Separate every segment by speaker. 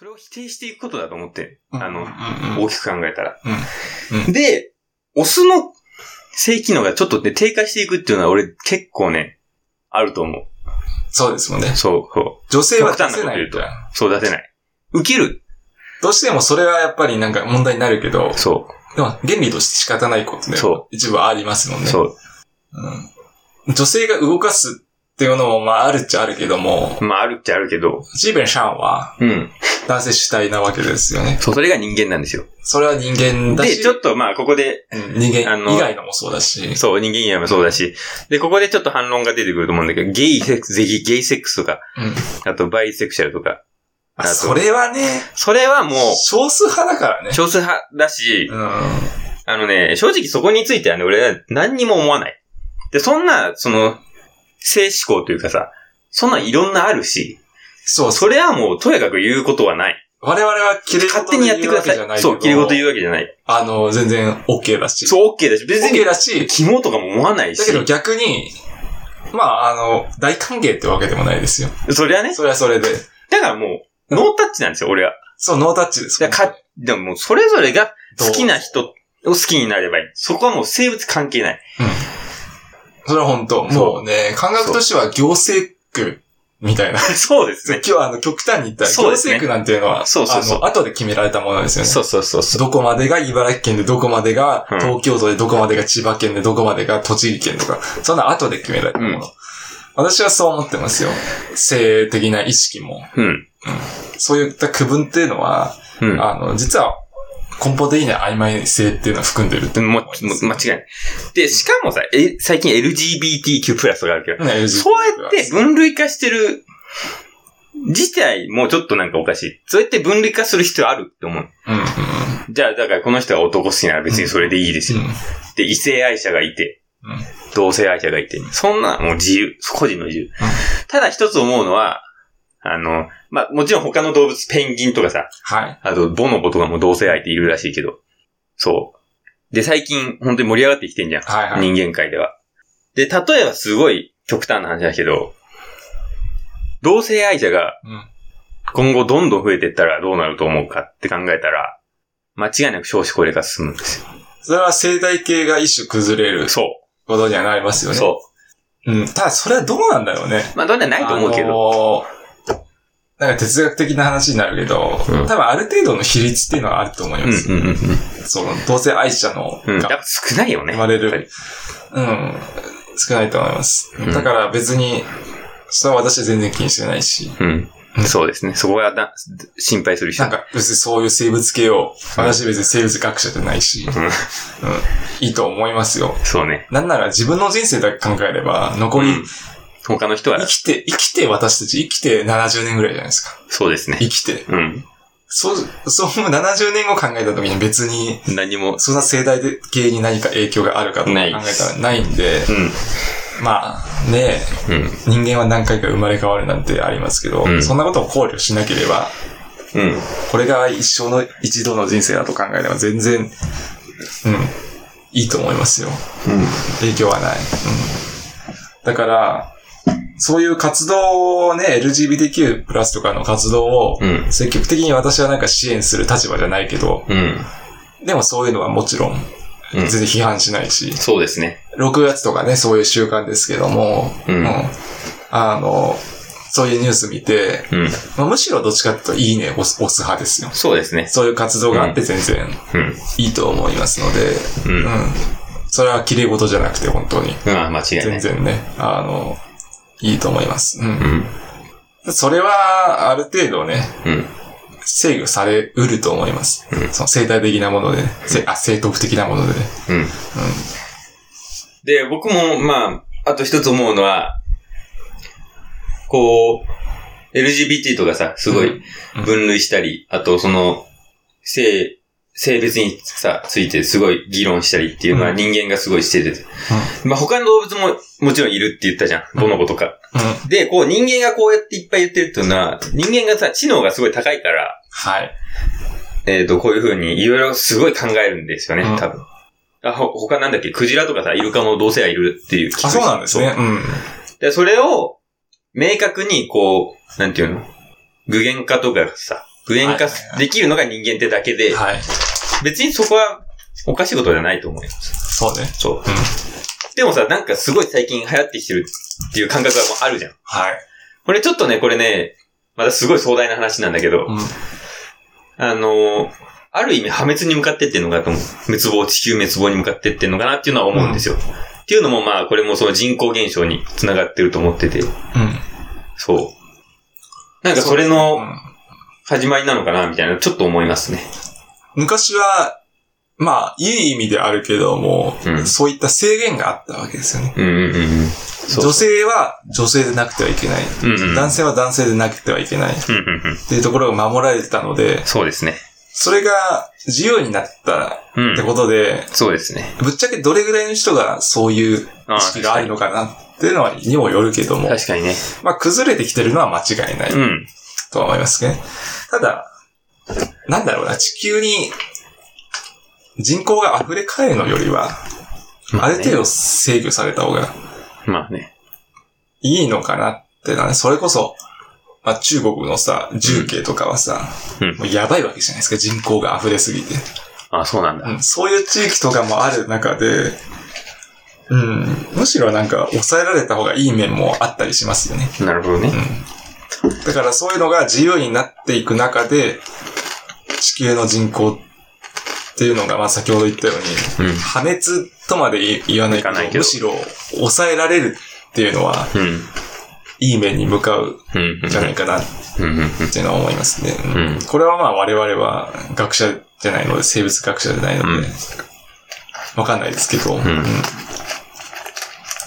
Speaker 1: 否定していくことだと思って、あの、
Speaker 2: の
Speaker 1: 大きく考えたら
Speaker 2: うん。う
Speaker 1: で、オスの性機能がちょっとね、低下していくっていうのは俺結構ね、あると思う。
Speaker 2: そうですもんね。
Speaker 1: そう、そ
Speaker 2: 女性は
Speaker 1: 極端なこ
Speaker 2: 出せ
Speaker 1: と
Speaker 2: な
Speaker 1: 言
Speaker 2: いう
Speaker 1: と
Speaker 2: から。
Speaker 1: う。そう出せない。受ける。
Speaker 2: どうしてもそれはやっぱりなんか問題になるけど、
Speaker 1: そ
Speaker 2: でも原理として仕方ないことね。
Speaker 1: そ
Speaker 2: 一部ありますもん
Speaker 1: う、
Speaker 2: ね。
Speaker 1: そ
Speaker 2: うん。女性が動かすっていうのも、まああるっちゃあるけども、
Speaker 1: う。まあ、あるっちゃあるけど。
Speaker 2: ジーベン・シャンは
Speaker 1: うん。
Speaker 2: 男性主体なわけですよね。
Speaker 1: そう、それが人間なんですよ。
Speaker 2: それは人間だ
Speaker 1: で、
Speaker 2: し、
Speaker 1: ちょっとまあ、ここで、
Speaker 2: うん人
Speaker 1: あ
Speaker 2: 間
Speaker 1: の
Speaker 2: 以外のもそうだし、
Speaker 1: そう、人間以外もそうだし。で、ここでちょっと反論が出てくると思うんだけど、ゲイセックス、ゲイゲイセックスとか、
Speaker 2: うん
Speaker 1: あとバイセクシャルとか。
Speaker 2: まあ
Speaker 1: あと
Speaker 2: それはね、
Speaker 1: それはも
Speaker 2: 少数派だからね
Speaker 1: う、。少数派だし、
Speaker 2: う
Speaker 1: あのね、正直そこについてはね、俺は何にも思わない。で、そんな、その、性思考というかさ、そんなんいろんなあるし、
Speaker 2: そう、そ
Speaker 1: そ
Speaker 2: れ、
Speaker 1: れはもうとやかく言うことはない。
Speaker 2: 我々は切れ事
Speaker 1: 勝手にやってくだ
Speaker 2: 言うわけじゃ
Speaker 1: さ。
Speaker 2: ないけど
Speaker 1: そう、切り事言うわけじゃない。
Speaker 2: あの、全然 OK だし。
Speaker 1: そう、OK だし、別に
Speaker 2: OK、だし、
Speaker 1: 肝とかも思わない
Speaker 2: だ
Speaker 1: し
Speaker 2: け、ど逆に、まあ、あの、大歓迎ってわけでもないですよ。
Speaker 1: それはね、
Speaker 2: それはそれで。
Speaker 1: だからもう、ノータッチなんですよ、俺は。
Speaker 2: そう、ノータッチです。
Speaker 1: だからか、でももう、それぞれが
Speaker 2: どう
Speaker 1: 好きな人を好きになればいい。そこはもう生物関係ない。
Speaker 2: それは本当
Speaker 1: そう
Speaker 2: もうね、感覚としては行政区みたいな。
Speaker 1: そうです
Speaker 2: 今
Speaker 1: ね。
Speaker 2: 日はあの、極端に言ったら、
Speaker 1: そ
Speaker 2: 行
Speaker 1: うですね
Speaker 2: 政区なんていうのは、
Speaker 1: そうそうそう
Speaker 2: あの、後で決められたものですよね。
Speaker 1: うそうそう
Speaker 2: どこまでが茨城県で、どこまでが
Speaker 1: うん
Speaker 2: 東京都で、どこまでが千葉県で、どこまでが栃木県とか、そんな後で決められたもの。
Speaker 1: うん
Speaker 2: 私はそう思ってますよ。性的な意識も。
Speaker 1: う。うん。
Speaker 2: そういった区分っていうのは、
Speaker 1: うん。
Speaker 2: あの、実は根本的には曖昧性っていうのは含んでるって
Speaker 1: も
Speaker 2: 思
Speaker 1: も
Speaker 2: いうます
Speaker 1: 間違いない。で、しかもさ、え最近 LGBTQ プラスがあるけど、
Speaker 2: ね LGBT
Speaker 1: そうやって分類化してる自体もうちょっとなんかおかしい。そうやって分類化する必要あるって思う。
Speaker 2: うんうんうん
Speaker 1: じゃあ、だからこの人が男好きなら別にそれでいいですよ。で、異性愛者がいて
Speaker 2: うん、
Speaker 1: 同性愛者がいて、そんなもう自由、個人の自由。ただ一つ思うのは、あの、まあ、もちろん他の動物、ペンギンとかさ、
Speaker 2: はい。
Speaker 1: あと、ボノボとかも同性愛っているらしいけど。そう。で、最近、本当に盛り上がってきてんじゃん。
Speaker 2: はいはい。
Speaker 1: 人間界では。で、例えばすごい極端な話だけど、同性愛者が
Speaker 2: うん
Speaker 1: 今後どんどん増えていったらどうなると思うかって考えたら、間違いなく少子高齢化進むんですよ。
Speaker 2: それは生態系が一種崩れる
Speaker 1: そ
Speaker 2: ことにはなりますよ
Speaker 1: う。
Speaker 2: ね。。
Speaker 1: そう
Speaker 2: ん。ただ、それはどうなんだろうね。
Speaker 1: う。まあ、どんなんないと思うけど。
Speaker 2: ど。なんか哲学的な話になるけど、
Speaker 1: うん
Speaker 2: 多分ある程度の比率っていうのはあると思い
Speaker 1: うん
Speaker 2: ま
Speaker 1: う
Speaker 2: す。
Speaker 1: んうん
Speaker 2: その、同性愛者の、
Speaker 1: うん。うん。やっ
Speaker 2: が
Speaker 1: ぱ少ないよね。
Speaker 2: 生まれ
Speaker 1: やっぱり
Speaker 2: る、うん、少ないと思います。
Speaker 1: うん
Speaker 2: だから別に、それは私は全然気にしてないし、
Speaker 1: うん。そうですね。そこはだ心配する人
Speaker 2: なん。か別にそういう生物系を、私別に生物学者じゃないし、うん
Speaker 1: ん
Speaker 2: いいと思いますよ。
Speaker 1: そうね。
Speaker 2: なんなら自分の人生だけ考えれば、残り、
Speaker 1: うん他の人は
Speaker 2: 生、きて、生きて私たち、生きて70年ぐらいじゃないですか。
Speaker 1: そうですね。
Speaker 2: 生きて。
Speaker 1: うん。
Speaker 2: そう、そう、70年後考えた時に別に、
Speaker 1: 何も、
Speaker 2: そんな生態系に何か影響があるかとか考
Speaker 1: な
Speaker 2: え
Speaker 1: い
Speaker 2: たらないんで、
Speaker 1: う
Speaker 2: まあ、ね
Speaker 1: ん。うん。
Speaker 2: 人間は何回か生まれ変わるなんてありますけど、
Speaker 1: うん
Speaker 2: そんなことを考慮しなければ、
Speaker 1: うん。
Speaker 2: これが一生の一度の人生だと考えれば全然、うん、いいと思いますよ。影響はない。うん、だから、そういう活動をね、LGBTQ+, プラスとかの活動を
Speaker 1: う、ん。
Speaker 2: 積極的に私はなんか支援する立場じゃないけど、
Speaker 1: うん。
Speaker 2: でもそういうのはもちろん、
Speaker 1: うん
Speaker 2: 全然批判しないし、
Speaker 1: そうですね。
Speaker 2: 6月とかね、そういう習慣ですけども、
Speaker 1: うん
Speaker 2: あの、そういうニュース見て、
Speaker 1: うん。
Speaker 2: まあ、むしろどっちかっていうといいねを押す押す派ですよ。
Speaker 1: そうですね。
Speaker 2: そういう活動があって全然
Speaker 1: うん。
Speaker 2: いいと思いますので、
Speaker 1: うん
Speaker 2: うん。それは綺麗事じゃなくて本当に。
Speaker 1: まあ、間違いな
Speaker 2: 全
Speaker 1: い。
Speaker 2: 然ね、あの、いいと思います。う。
Speaker 1: うんん。
Speaker 2: それは、ある程度ね、
Speaker 1: うん。
Speaker 2: 制御されうると思います。
Speaker 1: うん
Speaker 2: その生態的なもので、ね、せあ、生徳的なものでね。
Speaker 1: うん。で、僕も、まあ、あと一つ思うのは、こう、LGBT とかさ、すごい分類したり、あとその、性、性別にさ、ついてすごい議論したりっていうのは
Speaker 2: うん
Speaker 1: 人間がすごいしてて。まあ他の動物ももちろんいるって言ったじゃん。ボノボとか。
Speaker 2: うん。うん。
Speaker 1: で、こう人間がこうやっていっぱい言ってるっていうのは、人間がさ、知能がすごい高いから、
Speaker 2: はい。
Speaker 1: えっ、と、こういうふうにいろいろすごい考えるんですよね
Speaker 2: うん、
Speaker 1: 多分。あほ他なんだっけ、クジラとかさ、イルカも同性愛いるっていう。
Speaker 2: あ、そうなんですね。うん。
Speaker 1: そう。で、それを、明確に、こう、なんていうの具現化とかさ、具現化できるのが人間ってだけで、
Speaker 2: はい。
Speaker 1: 別にそこはおかしいことじゃないと思います。
Speaker 2: そうね。
Speaker 1: そう。
Speaker 2: うん。
Speaker 1: でもさ、なんかすごい最近流行ってきてるっていう感覚はもうあるじゃん。
Speaker 2: はい。
Speaker 1: これちょっとね、これね、またすごい壮大な話なんだけど、
Speaker 2: うん。
Speaker 1: あのーある意味破滅に向かってっていうのかと思う。滅亡、地球滅亡に向かってっていうのかなっていうのは思うんですよ。っていうのもまあ、これもその人口減少につながってると思ってて、
Speaker 2: うん。
Speaker 1: そう。なんかそれ
Speaker 2: う
Speaker 1: の
Speaker 2: ん
Speaker 1: 始まりなのかなみたいな、ちょっと思いますね。
Speaker 2: 昔は、まあ、いい意味であるけども、
Speaker 1: うん
Speaker 2: そういった制限があったわけですよね。
Speaker 1: うんうんうんうん。そう
Speaker 2: 女性は女性でなくてはいけない。
Speaker 1: うんうん
Speaker 2: 男性は男性でなくてはいけない。っ
Speaker 1: うんうんうん。
Speaker 2: ていうところが守られてたので、
Speaker 1: そうですね。
Speaker 2: それが自由になった
Speaker 1: う
Speaker 2: って
Speaker 1: ん。
Speaker 2: ことで、
Speaker 1: そうですね。
Speaker 2: ぶっちゃけどれぐらいの人がそういう意
Speaker 1: ああ
Speaker 2: 識があるのかなっていうのはにもよるけども、
Speaker 1: 確かにね。
Speaker 2: まあ崩れてきてるのは間違いない
Speaker 1: うん。
Speaker 2: とは思いますね。ただ、なんだろうな、地球に人口が溢れ返るのよりは、ある程度制御された方が
Speaker 1: 度。まあね。
Speaker 2: いいのかなってのはね、それこそ、まあ、中国のさ、重慶とかはさ、
Speaker 1: うん
Speaker 2: もうやばいわけじゃないですか、人口が溢れすぎて。
Speaker 1: あ、そうなん
Speaker 2: う
Speaker 1: だ。
Speaker 2: ん、そういう地域とかもある中で、うん、むしろなんか抑えられた方がいい面もあったりしますよね。
Speaker 1: なるほどね。
Speaker 2: だからそういうのが自由になっていく中で、地球の人口っていうのが、まあ先ほど言ったように、
Speaker 1: うん。
Speaker 2: 破滅とまで言言わないけ
Speaker 1: いかないけ
Speaker 2: ど、
Speaker 1: ど
Speaker 2: むしろ抑えられるっていうのは、
Speaker 1: うん。
Speaker 2: いい面に向かう
Speaker 1: うん
Speaker 2: んじゃないかなっ
Speaker 1: うん。うん。うん。
Speaker 2: ていうのは思いますね。うん
Speaker 1: うん
Speaker 2: これはまあ我々は学者じゃないので、生物学者じゃないので、わかんないですけど、うん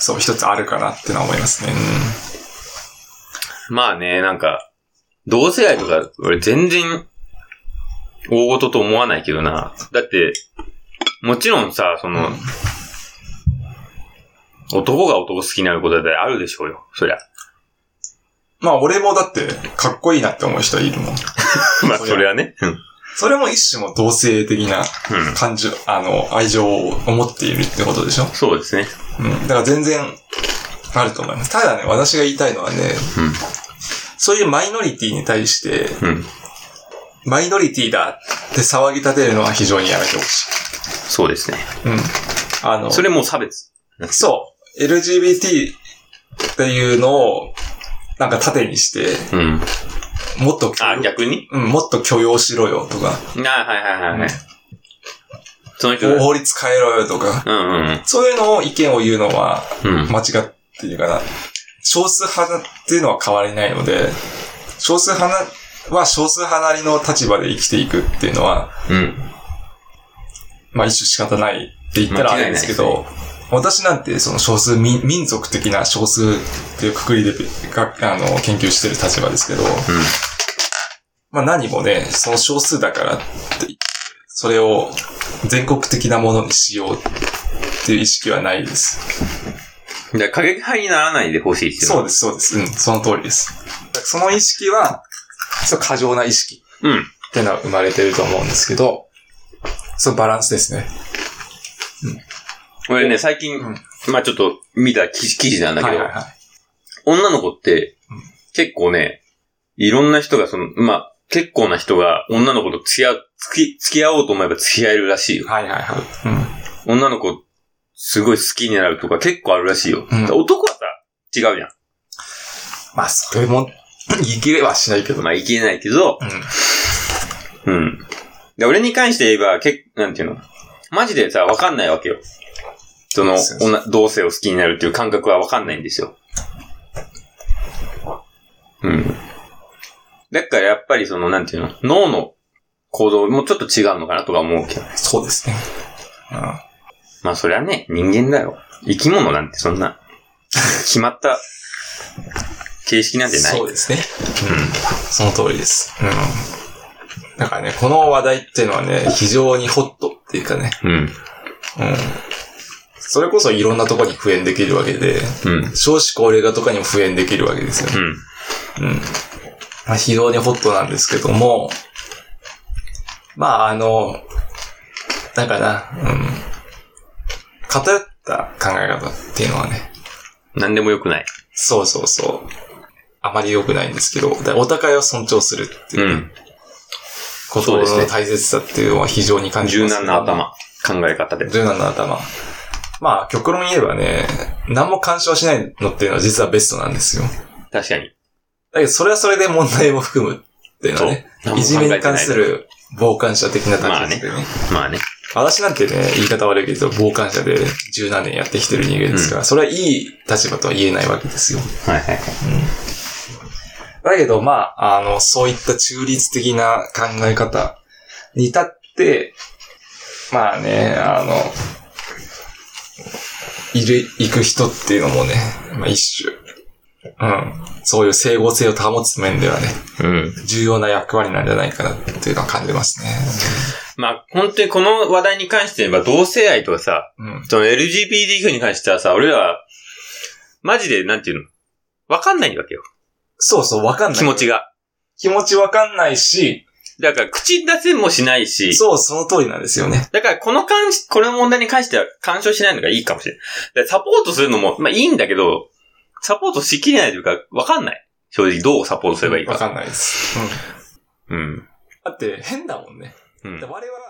Speaker 2: そう、一つあるかなっていうのは思いますね。
Speaker 1: まあね、なんか、同性愛とか、俺全然、大事と思わないけどな。だって、もちろんさ、その、男が男好きになることだってあるでしょうよ、そ りゃ。
Speaker 2: まあ俺もだって、かっこいいなって思う人はいるもん。
Speaker 1: まあ、
Speaker 2: そりゃ
Speaker 1: それはね。うん。
Speaker 2: それも一種も同性的な
Speaker 1: うん
Speaker 2: 感情、あの、愛情を持っているってことでしょ
Speaker 1: そうですね。
Speaker 2: うん。だから全然あると思います。ただね、私が言いたいのはね、
Speaker 1: うん
Speaker 2: そういうマイノリティに対して、
Speaker 1: うん。
Speaker 2: マイノリティだって騒ぎ立てるのは非常にやめてほし
Speaker 1: そうですね。
Speaker 2: い。うん。あの、
Speaker 1: それもう差別。
Speaker 2: そう、LGBT っていうのを、なんか盾にして、
Speaker 1: うん。
Speaker 2: もっと許容
Speaker 1: あ、逆に
Speaker 2: うん、もっと許容しろよとか、
Speaker 1: あはいはいはいはい。その人が
Speaker 2: 法律変えろよとか、
Speaker 1: うんうん
Speaker 2: そういうのを意見を言うのは、
Speaker 1: うん。うん。
Speaker 2: 間違っていうかな。少数派っていうのは変わりないので、少数派なは少数派なりの立場で生きていくっていうのは、
Speaker 1: うん。
Speaker 2: まあ一種仕方ないって言ったらあれです
Speaker 1: 間
Speaker 2: け
Speaker 1: 違い
Speaker 2: ど、私なんてその少数民、民族的な少数っていうくくりでがあの研究してる立場ですけど、
Speaker 1: うん。
Speaker 2: まあ何もね、その少数だからって言って、それを全国的なものにしようっていう意識はないです。
Speaker 1: だから過激派にならないでほしいっていう
Speaker 2: そ
Speaker 1: の。
Speaker 2: うです、そうです。うん、その通りです。だからその意識は、そう過剰な意識
Speaker 1: うん。
Speaker 2: っていうのは生まれてると思うんですけど、そのバランスですね。
Speaker 1: 俺ね、最近、
Speaker 2: うん
Speaker 1: まあちょっと見た記事記事なんだけ
Speaker 2: は
Speaker 1: ど、
Speaker 2: いはいはい。
Speaker 1: 女の子って
Speaker 2: うん、
Speaker 1: 結構ね、いろんな人が、その、まあ結構な人が女の子と付き合う、付き、付き合おうと思えば付き合えるらしいよ。
Speaker 2: はいはいはい。
Speaker 1: 女の子、すごい好きになるとか結構あるらしいよ。
Speaker 2: うん
Speaker 1: 男はさ、違うじゃ
Speaker 2: うん。まあ、それも、言い切れはしないけ
Speaker 1: ん。
Speaker 2: どね。
Speaker 1: まあいけないけど、
Speaker 2: うん。
Speaker 1: うん。で、俺に関して言えば、けなんていうのマジでさ、わかんないわけよ。その、
Speaker 2: そうそう
Speaker 1: 女同性を好きになるっていう感覚はわかんないんですよ。うん。だからやっぱりその、なんていうの脳の行動もちょっと違うのかなとか思うけど。
Speaker 2: そうですね。うん。
Speaker 1: まあそりゃね、人間だよ。生き物なんてそんな、決まった形式なんてない。
Speaker 2: そうですね。その通りです。うん。だからね、この話題っていうのはね、非常にホットっていうかね、
Speaker 1: うん。
Speaker 2: うん。それこそいろんなとこに復縁できるわけで、
Speaker 1: うん。
Speaker 2: 少子高齢化とかにも復縁できるわけですよね。
Speaker 1: うん。
Speaker 2: うん。まあ、非常にホットなんですけども、まあ、あの、なんかな、うん。偏った考え方っていうのはね、
Speaker 1: なんでもよくない。
Speaker 2: そうそうそう。あまり良くないんですけど、だからお互いを尊重するって
Speaker 1: う
Speaker 2: いう、
Speaker 1: ん。
Speaker 2: こと
Speaker 1: そうです
Speaker 2: の
Speaker 1: ね
Speaker 2: 大切さっていうのは非常に感じ
Speaker 1: 柔
Speaker 2: ます、
Speaker 1: 軟な。頭、考え方で。
Speaker 2: 柔軟な頭。まあ、極論言えばね、何も干渉しないのっていうのは実はベストなんですよ。
Speaker 1: 確かに。
Speaker 2: だけど、それはそれで問題も含むっていうのはね、
Speaker 1: 何も考
Speaker 2: い
Speaker 1: え
Speaker 2: じ
Speaker 1: て
Speaker 2: め
Speaker 1: な
Speaker 2: に関す。る傍観者的な立ち位置でね。
Speaker 1: まあね。
Speaker 2: 私なんてね、言い方悪いけど、傍観者で十何年やってきてる人間ですから、それはいい立場とは言えないわけですよ。
Speaker 1: はいはい。
Speaker 2: だけど、まあ、あの、そういった中立的な考え方に至って、まあね、あの、いる、行く人っていうのもね、まあ一種、うん、そういう整合性を保つ面ではね、
Speaker 1: うん。
Speaker 2: 重要な役割なんじゃないかなっていうのは感じますね。
Speaker 1: まあ、本当にこの話題に関して言えば、同性愛とかさ、
Speaker 2: うん。
Speaker 1: その LGBTQ に関してはさ、俺らは、マジで、なんていうのわかんないわけよ。
Speaker 2: そうそう、わかんない。
Speaker 1: 気持ちが。
Speaker 2: 気持ちわかんないし、
Speaker 1: だから、口出せもしないし、
Speaker 2: そう、その通りなんですよね。
Speaker 1: だから、この関し、この問題に関しては干渉しないのがいいかもしれない。だからサポートするのも、まあいいんだけど、サポートしきれないというか、わかんない。正直、どうサポートすればいい
Speaker 2: わ
Speaker 1: か。
Speaker 2: かんないです。うん。
Speaker 1: うん。
Speaker 2: だって、変だもんね。
Speaker 1: うん
Speaker 2: 我々は、